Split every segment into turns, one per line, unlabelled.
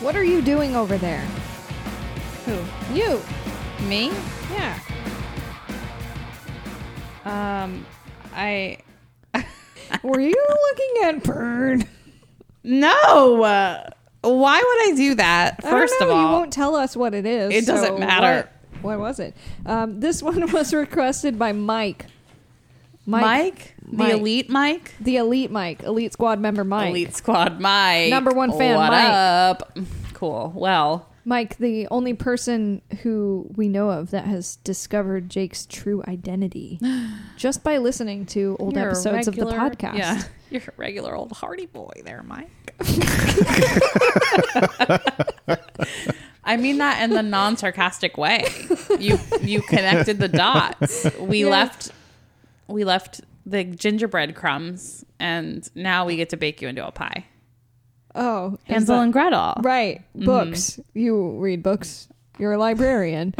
What are you doing over there?
Who?
You.
Me?
Yeah.
Um, I.
Were you looking at Burn?
No! Uh, why would I do that?
I don't
First of
know,
all,
you won't tell us what it is.
It doesn't
so
matter.
What, what was it? Um, this one was requested by Mike.
Mike,
Mike.
the elite Mike,
the elite Mike, elite squad member Mike,
elite squad Mike,
Number one fan,
What
Mike.
up? Cool. Well,
Mike, the only person who we know of that has discovered Jake's true identity just by listening to old
you're a
episodes of the
regular-
podcast.
Yeah, you're a regular old Hardy boy there, Mike. I mean that in the non-sarcastic way. You you connected the dots. We
Yeah.
left we left the gingerbread crumbs, and now we get to bake you into a pie.
Oh, is
Hansel
that-
and Gretel.
right
Mm-hmm.
books. You read books. You're a librarian,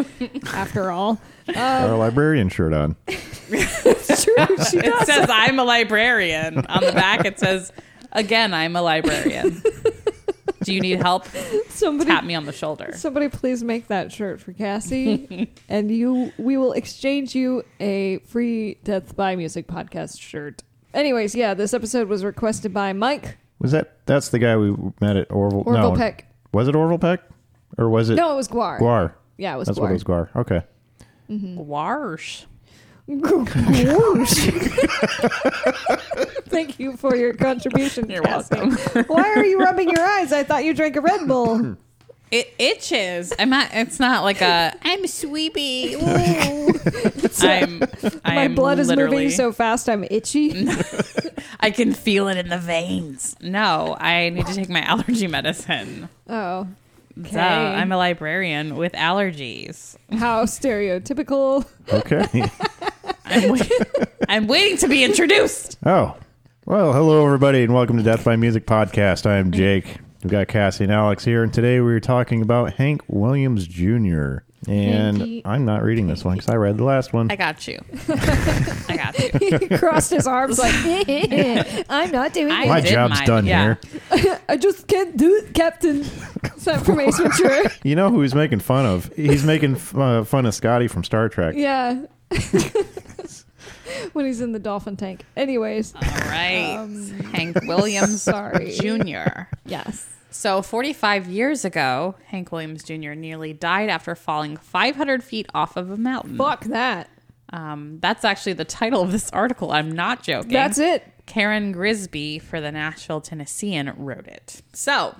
after all. Uh,
Got a librarian shirt on.
It's true. She
It
does.
says I'm a librarian. On the back it says again I'm a librarian. Do you need help?
Somebody
Tap me on the shoulder.
Somebody please make that shirt for Cassie, and you we will exchange you a free Death by Music podcast shirt. Anyways, yeah, this episode was requested by Mike
Was that that's the guy we met at Orville?
Orville
no.
Peck.
Was it Orville Peck, or was it
No, it was Guar.
Guar?
Yeah, it was
That's what it was. Guar. Okay.
Warsh.
Guar. Thank you for your contribution.
You're
Cassie.
welcome.
Why are you rubbing your eyes? I thought you drank a Red Bull.
It itches. I'm not it's not like a I'm sweepy. I'm
My
I'm
blood is
literally-
moving so fast, I'm itchy.
I can feel it in the veins. No, I need to take my allergy medicine.
Oh,
So I'm a librarian with allergies.
how stereotypical.
Okay.
I'm, wait- I'm waiting to be introduced.
oh. Well, hello everybody, and welcome to Death by Music podcast. I am Jake. We've got Cassie and Alex here, and today we are talking about Hank Williams Jr. And
Hanky.
I'm not reading this one because I read the last one.
I got you. I got you.
he crossed his arms like, I'm not doing
I
it.
My
did
job's
mine,
done
yeah.
here.
I just can't do it, Captain. Is that from Ace Ventura?
You know who he's making fun of? He's making f- uh, fun of Scotty from Star Trek.
Yeah. when he's in the dolphin tank. Anyways,
All right. Um, Hank Williams
sorry.
Jr.
yes.
So, 45 years ago, Hank Williams Jr. nearly died after falling 500 feet off of a mountain.
Fuck that.
Um, that's actually the title of this article. I'm not joking.
That's it.
Karen Grisby for the Nashville Tennessean wrote it. So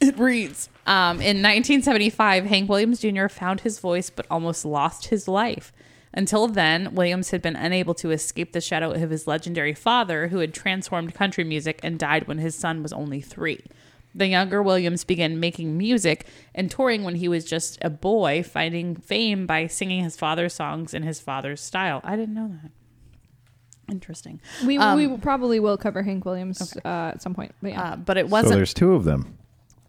it reads um, In 1975, Hank Williams Jr. found his voice but almost lost his life. Until then, Williams had been unable to escape the shadow of his legendary father, who had transformed country music and died when his son was only three. The younger Williams began making music and touring when he was just a boy, finding fame by singing his father's songs in his father's style. I didn't know that. Interesting.
We, we probably will cover Hank Williams uh, at some point. But yeah.
Um, Uh, but it
So
wasn't.
there's two of them,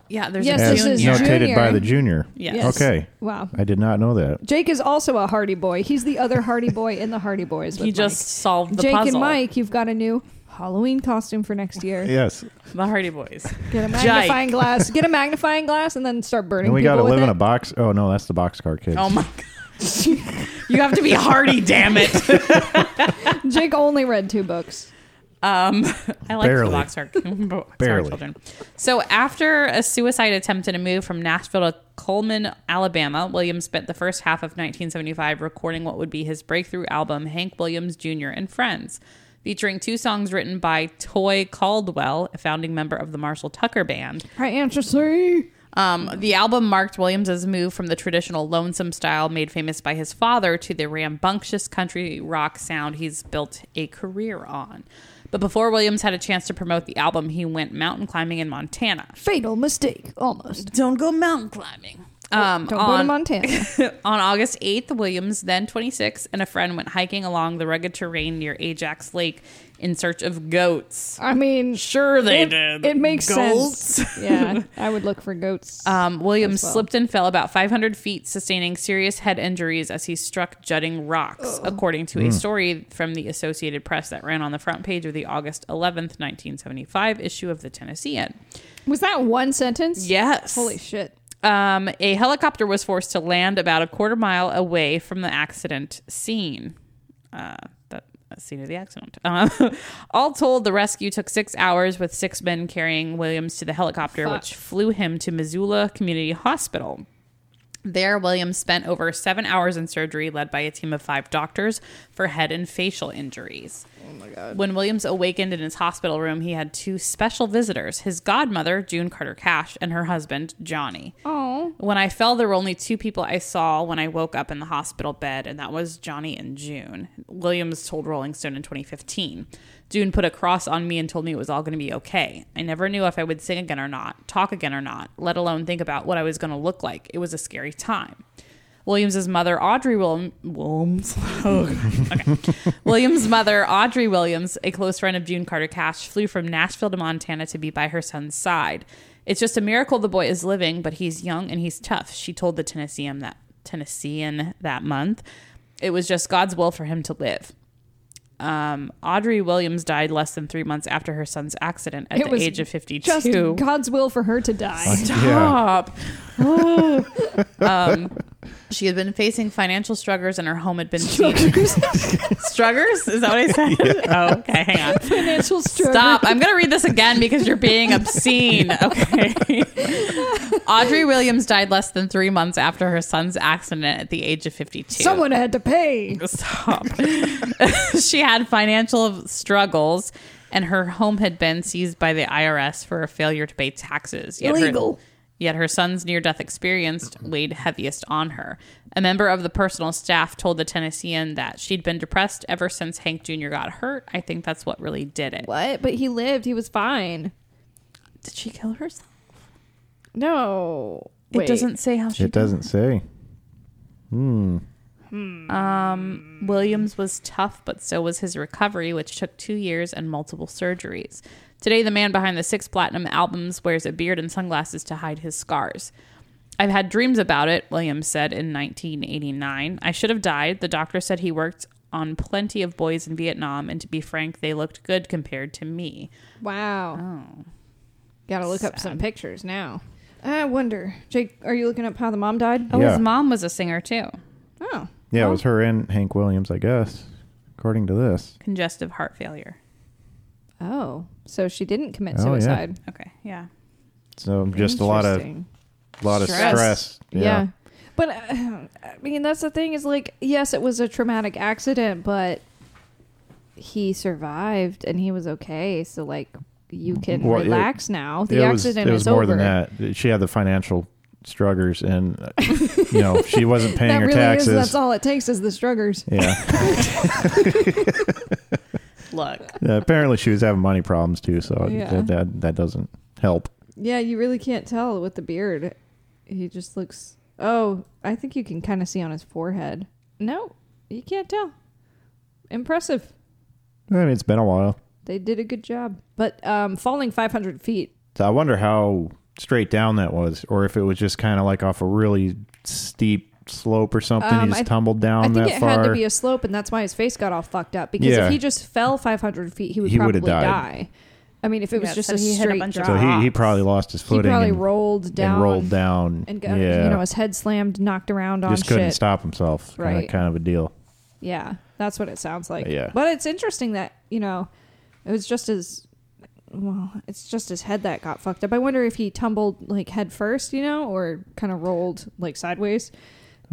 yeah, there's
Yes,
a
as
this is
junior.
notated
junior.
by the junior.
Yes.
Yes.
Okay.
wow.
I did not know that.
Jake is also a Hardy Boy. He's the other Hardy Boy in the Hardy Boys. With
He just solved
Mike.
the
Jake
puzzle.
and Mike, you've got a new Halloween costume for next year.
Yes.
the Hardy Boys.
Get a magnifying glass. Get a magnifying glass and then start burning
And we
people
got to
with
live
it.
in a box. Oh, no, that's the boxcar kids.
Oh my gosh. you have to be Hardy, damn it.
Jake only read two books.
Um, I like
Barely.
the boxer, boxer
Barely.
children. So after a suicide attempt and a move from Nashville to Coleman, Alabama, Williams spent the first half of 1975 recording what would be his breakthrough album, Hank Williams Jr. and Friends, featuring two songs written by Toy Caldwell, a founding member of the Marshall Tucker Band.
Hi, Aunt C.
Um, the album marked Williams' move from the traditional lonesome style made famous by his father to the rambunctious country rock sound he's built a career on. But before Williams had a chance to promote the album, he went mountain climbing in Montana.
Fatal mistake, almost.
Don't go mountain climbing. Um,
Don't go to
on,
Montana.
on August 8th, Williams, then 26, and a friend went hiking along the rugged terrain near Ajax Lake in search of goats.
I mean,
Sure, they
it,
did.
It makes
Goats.
sense. Yeah, I would look for goats.
Um, Williams
As well.
slipped and fell about 500 feet, sustaining serious head injuries as he struck jutting
Oh.
rocks, according to a story from the Associated Press that ran on the front page of the August 11th, 1975 issue of the Tennessean.
Was that one sentence?
Yes.
Holy shit.
Um, a helicopter was forced to land about a quarter mile away from the accident scene. Uh, that uh, scene of the accident. Um, all told, the rescue took six hours with six men carrying Williams to the helicopter,
Fuck.
which flew him to Missoula Community Hospital. There, Williams spent over seven hours in surgery, led by a team of five doctors for head and facial injuries. Oh my God. When Williams awakened in his hospital room, he had two special visitors his godmother, June Carter Cash, and her husband, Johnny.
Oh,
When I fell, there were only two people I saw when I woke up in the hospital bed, and that was Johnny and June. Williams told Rolling Stone in 2015. June put a cross on me and told me it was all going to be okay. I never knew if I would sing again or not, talk again or not, let alone think about what I was going to look like. It was a scary time. Williams's mother, Audrey Wil- Williams. Oh, God. Okay. Williams' mother, Audrey Williams, a close friend of June Carter Cash, flew from Nashville to Montana to be by her son's side. It's just a miracle the boy is living, but he's young and he's tough. She told the Tennessean that Tennessean that month. It was just God's will for him to live. Um, Audrey Williams died less than three months after her son's accident at
It
the
was
age of fifty-two.
just God's will for her to die.
Yeah.
Stop. um, she had been facing financial struggles and her home had been struggles. struggles? Is that what I said? Oh, okay. Hang on.
Financial struggle.
Stop. I'm going to read this again because you're being obscene. Okay. Audrey Williams died less than three months after her son's accident at the age of 52.
Someone had to pay.
Stop. she had financial struggles, and her home had been seized by the IRS for a failure to pay taxes. Yet her-
Illegal.
yet her son's near death experience weighed heaviest on her. A member of the personal staff told the Tennessean that she'd been depressed ever since Hank Jr. got hurt. I think that's what really did it.
What? But he lived. He was fine.
Did she kill herself?
No. Wait.
It doesn't say how she
It doesn't say.
Williams was tough, but so was his recovery, which took two years and multiple surgeries. Today, the man behind the six platinum albums wears a beard and sunglasses to hide his scars. I've had dreams about it, Williams said in 1989. I should have died. The doctor said he worked on plenty of boys in Vietnam, and to be frank, they looked good compared to me.
Wow. Gotta look up some pictures now. I wonder. Jake, are you looking up how the mom died?
Oh,
Yeah.
his mom was a singer too.
Oh.
Yeah, it was her and Hank Williams, I guess, according to this.
Congestive heart failure.
Oh. So she didn't commit
Oh, yeah.
suicide.
Okay, yeah.
So just a lot of
Interesting.
lot of
Stress.
stress.
Yeah. But uh, I mean, that's the thing is like, yes, it was a traumatic accident, but he survived and he was okay. So like, you can
Well, it-
relax now. The
it was,
accident
it was
is
more
over.
than that. She had the financial struggles, and uh, you know she wasn't paying
That
her
really
taxes.
is. That's all it takes is the struggers.
Yeah.
Look,
Yeah, apparently, she was having money problems too. So
Yeah.
that, that that doesn't help.
Yeah, you really can't tell with the beard. He just looks. Oh, I think you can kind of see on his forehead. No, you can't tell. Impressive.
I mean, it's been a while.
They did a good job. But um, falling 500 feet.
So I wonder how straight down that was, or if it was just kind of like off a really steep slope or something.
Um,
he just
I-
tumbled down
I think
that
it
far.
had to be a slope, and that's why his face got all fucked up. Because
Yeah.
if he just fell 500 feet, he would
He
probably
would've died.
die. I mean, if it was
Yeah,
just
so
a
he hit a
straight
bunch of
drop,
so he, he probably lost his
he
footing
probably
and,
rolled down
and rolled down.
and got
yeah,
you know his head slammed, knocked around on
just couldn't
shit.
stop himself. Kinda-
Right.
kind of a deal.
Yeah, that's what it sounds like.
Yeah.
But it's interesting that, you know, it was just his well, it's just his head that got fucked up. I wonder if he tumbled like head first, you know, or kind of rolled like sideways.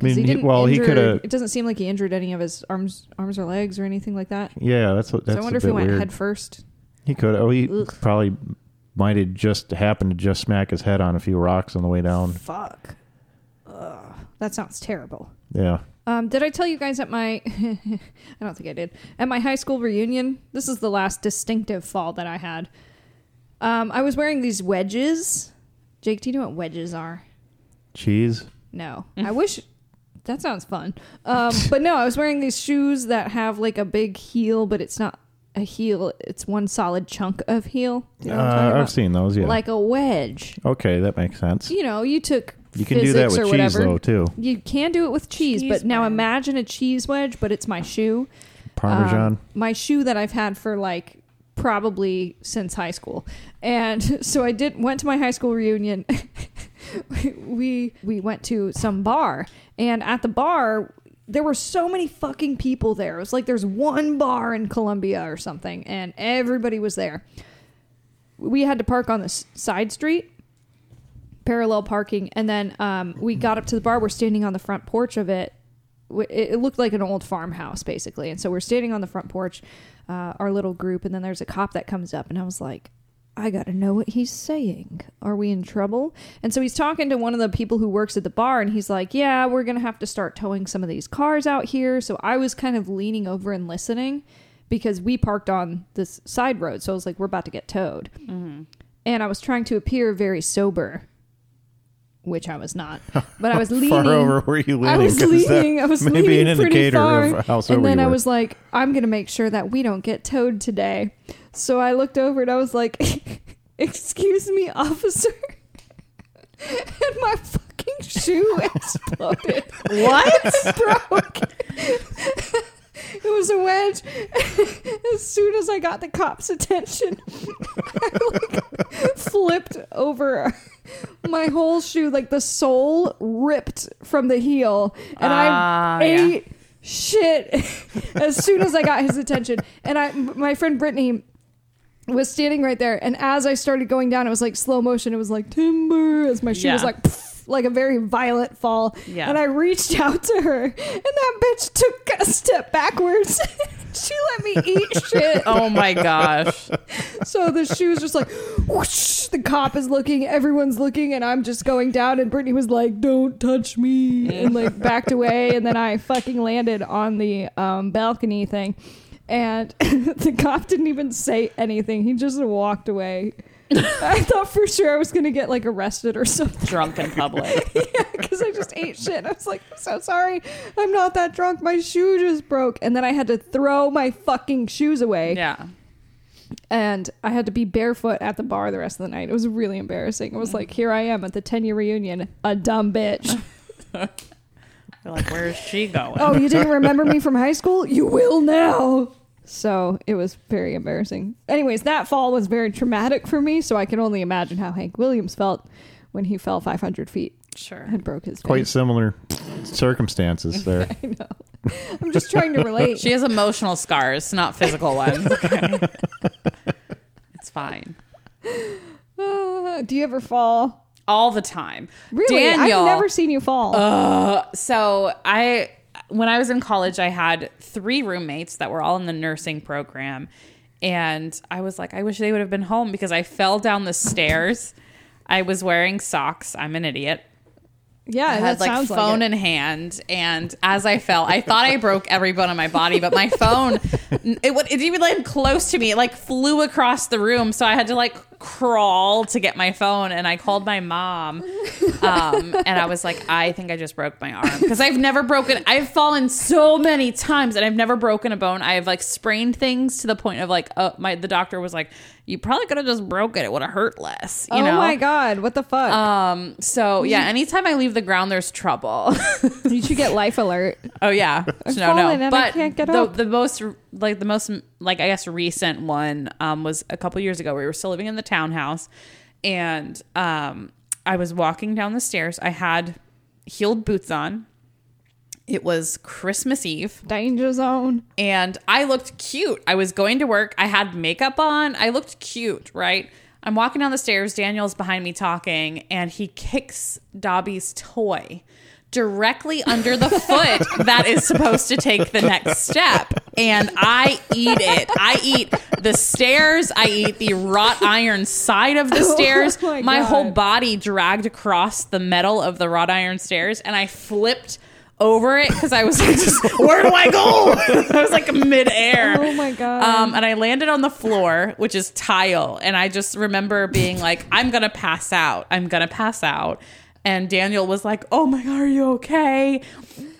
'Cause
I mean, he- well, he
injure-
coulda-
It doesn't seem like he injured any of his arms, arms or legs or anything like that.
Yeah, that's what. That's
so I wonder
a
if he
bit
went
weird.
head first.
He could. Oh, he
Ugh.
probably might have just happened to just smack his head on a few rocks on the way down.
Fuck. Ugh, that sounds terrible.
Yeah.
Um, did I tell you guys at my? I don't think I did. At my high school reunion, this is the last distinctive fall that I had. Um, I was wearing these wedges. Jake, do you know what wedges are?
Cheese.
No, I wish. That sounds fun. Um, but no, I was wearing these shoes that have like a big heel, but it's not a heel. It's one solid chunk of heel. You know what I'm
Uh,
talking
I've
about?
seen those. Yeah.
Like a wedge.
okay, that makes sense.
You know, you took
You can do that
physics
with
or
cheese
whatever.
though too.
You can do it with cheese,
Cheese
but now
wedge.
imagine a cheese wedge, but it's my shoe.
Parmesan.
Um, my shoe that I've had for like probably since high school. And so I did went to my high school reunion. we we went to some bar and at the bar there were so many fucking people there. It was like there's one bar in Columbia or something and everybody was there. We had to park on the s- side street parallel parking and then um, we got up to the bar we're standing on the front porch of it W- it it looked like an old farmhouse basically and so we're standing on the front porch uh, our little group and then there's a cop that comes up and i was like i gotta know what he's saying are we in trouble and so he's talking to one of the people who works at the bar and he's like yeah we're gonna have to start towing some of these cars out here so i was kind of leaning over and listening because we parked on this side road so i was like we're about to get towed and i was trying to appear very sober which i was not but i was leaning
Far over where you leaning?
I was
'cause that
leaning. I was
may be
leaning
an
pretty
indicator
far,
of how sober
and then
you
I
were.
was like, "I'm gonna make sure that we don't get towed today." So I looked over and I was like, "Excuse me, officer," and my fucking shoe exploded.
What?
broke. it was a wedge. as soon as I got the cop's attention, I like flipped over. My whole shoe, like the sole, ripped from the heel, and
Ah,
I
yeah.
ate shit as soon as I got his attention. And I, my friend Brittany was standing right there, and as I started going down, it was like slow motion. It was like timber as my shoe was
Yeah.
like pff, like a very violent fall.
Yeah.
And I reached out to her, and that bitch took a step backwards. she let me eat shit.
oh my gosh.
So the shoe's just like, whoosh, the cop is looking, everyone's looking, and I'm just going down. And Brittany was like, "Don't touch me," and like backed away. And then I fucking landed on the um, balcony thing, and the cop didn't even say anything. He just walked away. I thought for sure I was gonna get like arrested or something
Drunk in public.
because I just ate shit. I was like, I'm so sorry. I'm not that drunk. My shoe just broke. And then I had to throw my fucking shoes away.
Yeah.
And I had to be barefoot at the bar the rest of the night. It was really embarrassing. It was like, here I am at the 10 year reunion, a dumb bitch.
You're like, where is she going?
oh, you didn't remember me from high school? You will now. So it was very embarrassing. Anyways, that fall was very traumatic for me. So I can only imagine how Hank Williams felt when he fell 500 feet
Sure.
and broke his
Quite
face.
similar circumstances there.
I know. I'm just trying to relate.
She has emotional scars, not physical ones. okay? it's fine.
Uh, do you ever fall?
All the time.
Really?
Daniel. Uh,
I've never seen you fall.
so I when I was in college, I had three roommates that were all in the nursing program, and I was like, I wish they would have been home because I fell down the stairs. I was wearing socks. I'm an idiot.
yeah,
I
that
had like
sounds
phone
like it.
in hand, and as I fell, I thought I broke every bone in my body, but my phone it, would- it didn't even land close to me. It like flew across the room, so I had to like crawl to get my phone, and I called my mom, um, and I was like, I think I just broke my arm because I've never broken. I've fallen so many times, and I've never broken a bone. I have like sprained things to the point of like, uh, my the doctor was like, you probably could have just broke it. It would have hurt less. You
oh
know?
my god, what the fuck?
Um. So
Mm-hmm.
yeah, anytime I leave the ground, there's trouble.
you should get life alert.
Oh yeah, no,
fallen
no.
and I
But
can't get
the
up.
the most like the most like I guess recent one um, was a couple years ago. We were still living in the townhouse, and um, I was walking down the stairs. I had heeled boots on. It was Christmas Eve
Danger zone.
and I looked cute. I was going to work. I had makeup on. I looked cute, right? I'm walking down the stairs. Daniel's behind me talking, and he kicks Dobby's toy directly under the foot that is supposed to take the next step. And I eat it. I eat the stairs. I eat the wrought iron side of the stairs.
my
my whole
God.
body dragged across the metal of the wrought iron stairs, and I flipped over it because I was like, just, where do I go? I was like midair.
Oh my God.
Um, and I landed on the floor, which is tile, and I just remember being like, I'm gonna pass out. I'm gonna pass out. And Daniel was like, Oh my god, are you okay?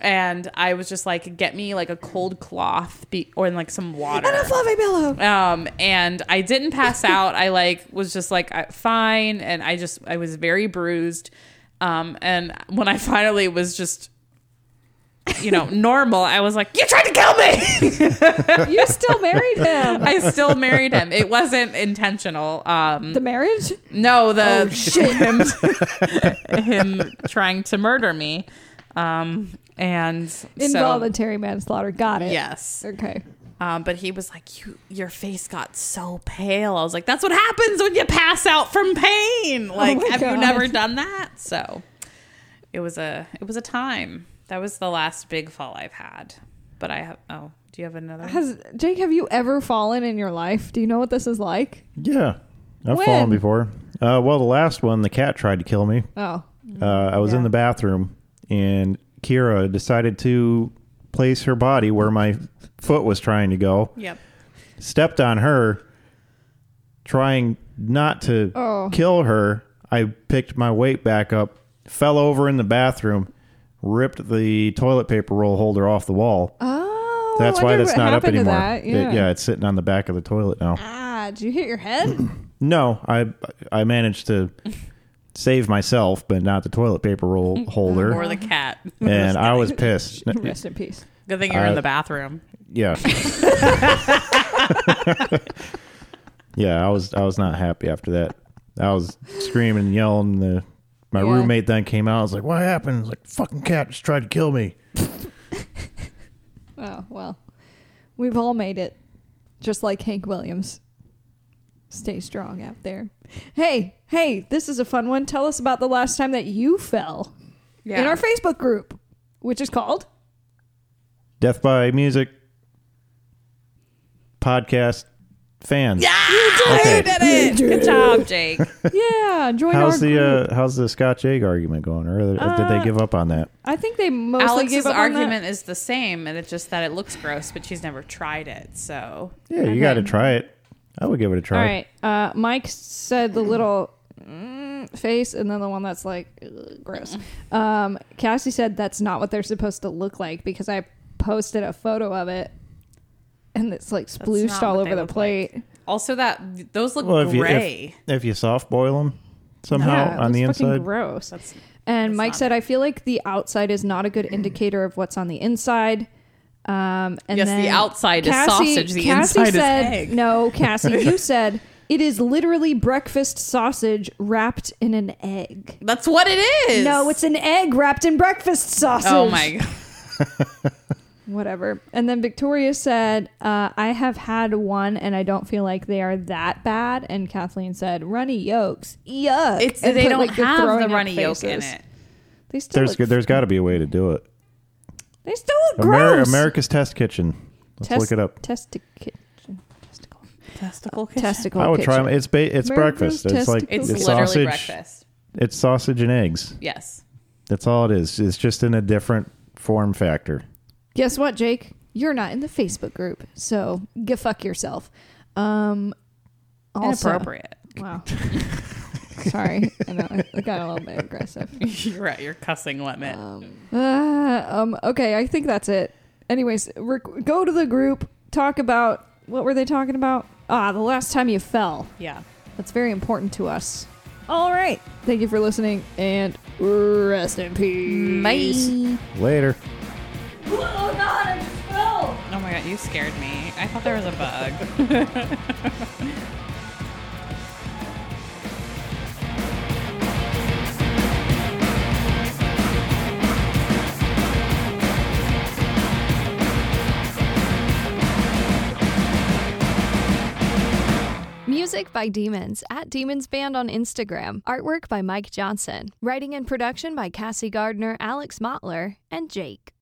and I was just like, get me like a cold cloth be- or like some water.
And a fluffy pillow.
Um, and I didn't pass out. I like was just like I- fine, and I just I was very bruised. Um, and when I finally was just, you know, normal, I was like, "You tried to kill me."
you still married him.
I still married him. It wasn't intentional. Um,
The marriage?
no, the
Oh, shit.
him, him trying to murder me, um, and so-
Involuntary manslaughter. Got it.
yes,
Okay.
Um, but he was like, "You, your face got so pale." I was like, "That's what happens when you pass out from pain." Like,
Oh my
have you
God.
never done that? So, it was a, it was a time. That was the last big fall I've had. But I have. Oh, do you have another?
Has Jake, have you ever fallen in your life? Do you know what this is like?
Yeah. I've
When?
fallen before. Uh, well, the last one, the cat tried to kill me.
Oh.
Uh, I was
Yeah.
in the bathroom, and Kira decided to place her body where my foot was trying to go.
yep.
Stepped on her, trying not to
Oh.
kill her. I picked my weight back up, fell over in the bathroom, ripped the toilet paper roll holder off the wall.
Oh.
That's
I
why
wondered
that's
what
not up
happened to
anymore.
that.
It-
Yeah.
yeah, it's sitting on the back of the toilet now.
Ah, did you hit your head?
No, I I managed to save myself, but not the toilet paper roll
Or
holder.
the cat.
And I was pissed. N-
Rest in peace.
Good thing you're
Uh,
in the bathroom.
Yeah. yeah, I was I was not happy after that. I was screaming and yelling. The, my
Yeah.
roommate then came out. I was like, "What happened?" I was like, "Fucking cat just tried to kill me."
Oh, well. We've all made it. Just like Hank Williams. Stay strong out there. Hey, hey, this is a fun one. Tell us about the last time that you fell in our Facebook group, which is called
Death by Music podcast fans.
yeah,
Okay.
you did it. Good job, Jake.
Yeah, join
How's
our
the
group. Uh,
uh, how's the Scotch egg argument going? Or did they give up on that?
I think they mostly gave
Alex's
up On
argument is the same, and it's just that it looks gross, but she's never tried it. So
Yeah, you got to try it. I would give it a
that.
try.
All right, uh, Mike said the little mm, face, and then the one that's like ugh, gross. Um, Cassie said that's not what they're supposed to look like because I posted a photo of it, and it's like splooshed
not
all
what
over
they
the
look
plate.
also that those look
Well, if you
gray.
if, if you soft boil them somehow
Yeah, it
on the
looks fucking
inside,
gross.
That's-
and
that's
Mike
not
said, I feel like the outside is not a good indicator of what's on the inside. Um, and
Yes, the
then
outside is sausage, the
Cassie
inside is
said,
egg.
No, Cassie, you said it is literally breakfast sausage wrapped in an egg.
That's what it is.
No, it's an egg wrapped in breakfast sausage.
Oh my god.
Whatever. And then Victoria said, uh, I have had one and I don't feel like they are that bad. And Kathleen said, runny yolks. Yuck.
It's
And
they
put,
don't
like,
have
throwing
the
up
runny yolk in
faces.
it.
They still
there's
look
there's got to be a way to do it.
They still look
Amer-
gross.
America's Test Kitchen. Let's
Test-
look it up.
Testic- testicle.
Testicle
Testicle.
I would try 'em.
kitchen.
It's ba- it's
America's
breakfast. It's
Test
like
Kitchen.
It's
it's,
literally
sausage.
breakfast.
It's sausage and eggs.
Yes.
That's all it is. It's just in a different form factor.
Guess what, Jake? You're not in the Facebook group, so go fuck yourself. Um, also,
Inappropriate.
Wow. Sorry, I know I got a little bit aggressive.
You're at your cussing limit.
Um, Uh, um, okay, I think that's it. Anyways, rec- go to the group. Talk about what were they talking about? Ah, the last time you fell.
yeah.
That's very important to us. All right. Thank you for listening and rest in peace.
Later.
Oh god, I'm spilled!
Oh my god, you scared me. I thought there was a bug.
Music by Demons at Demons Band on Instagram. Artwork by Mike Johnson. Writing and production by Cassie Gardner, Alex Motler, and Jake.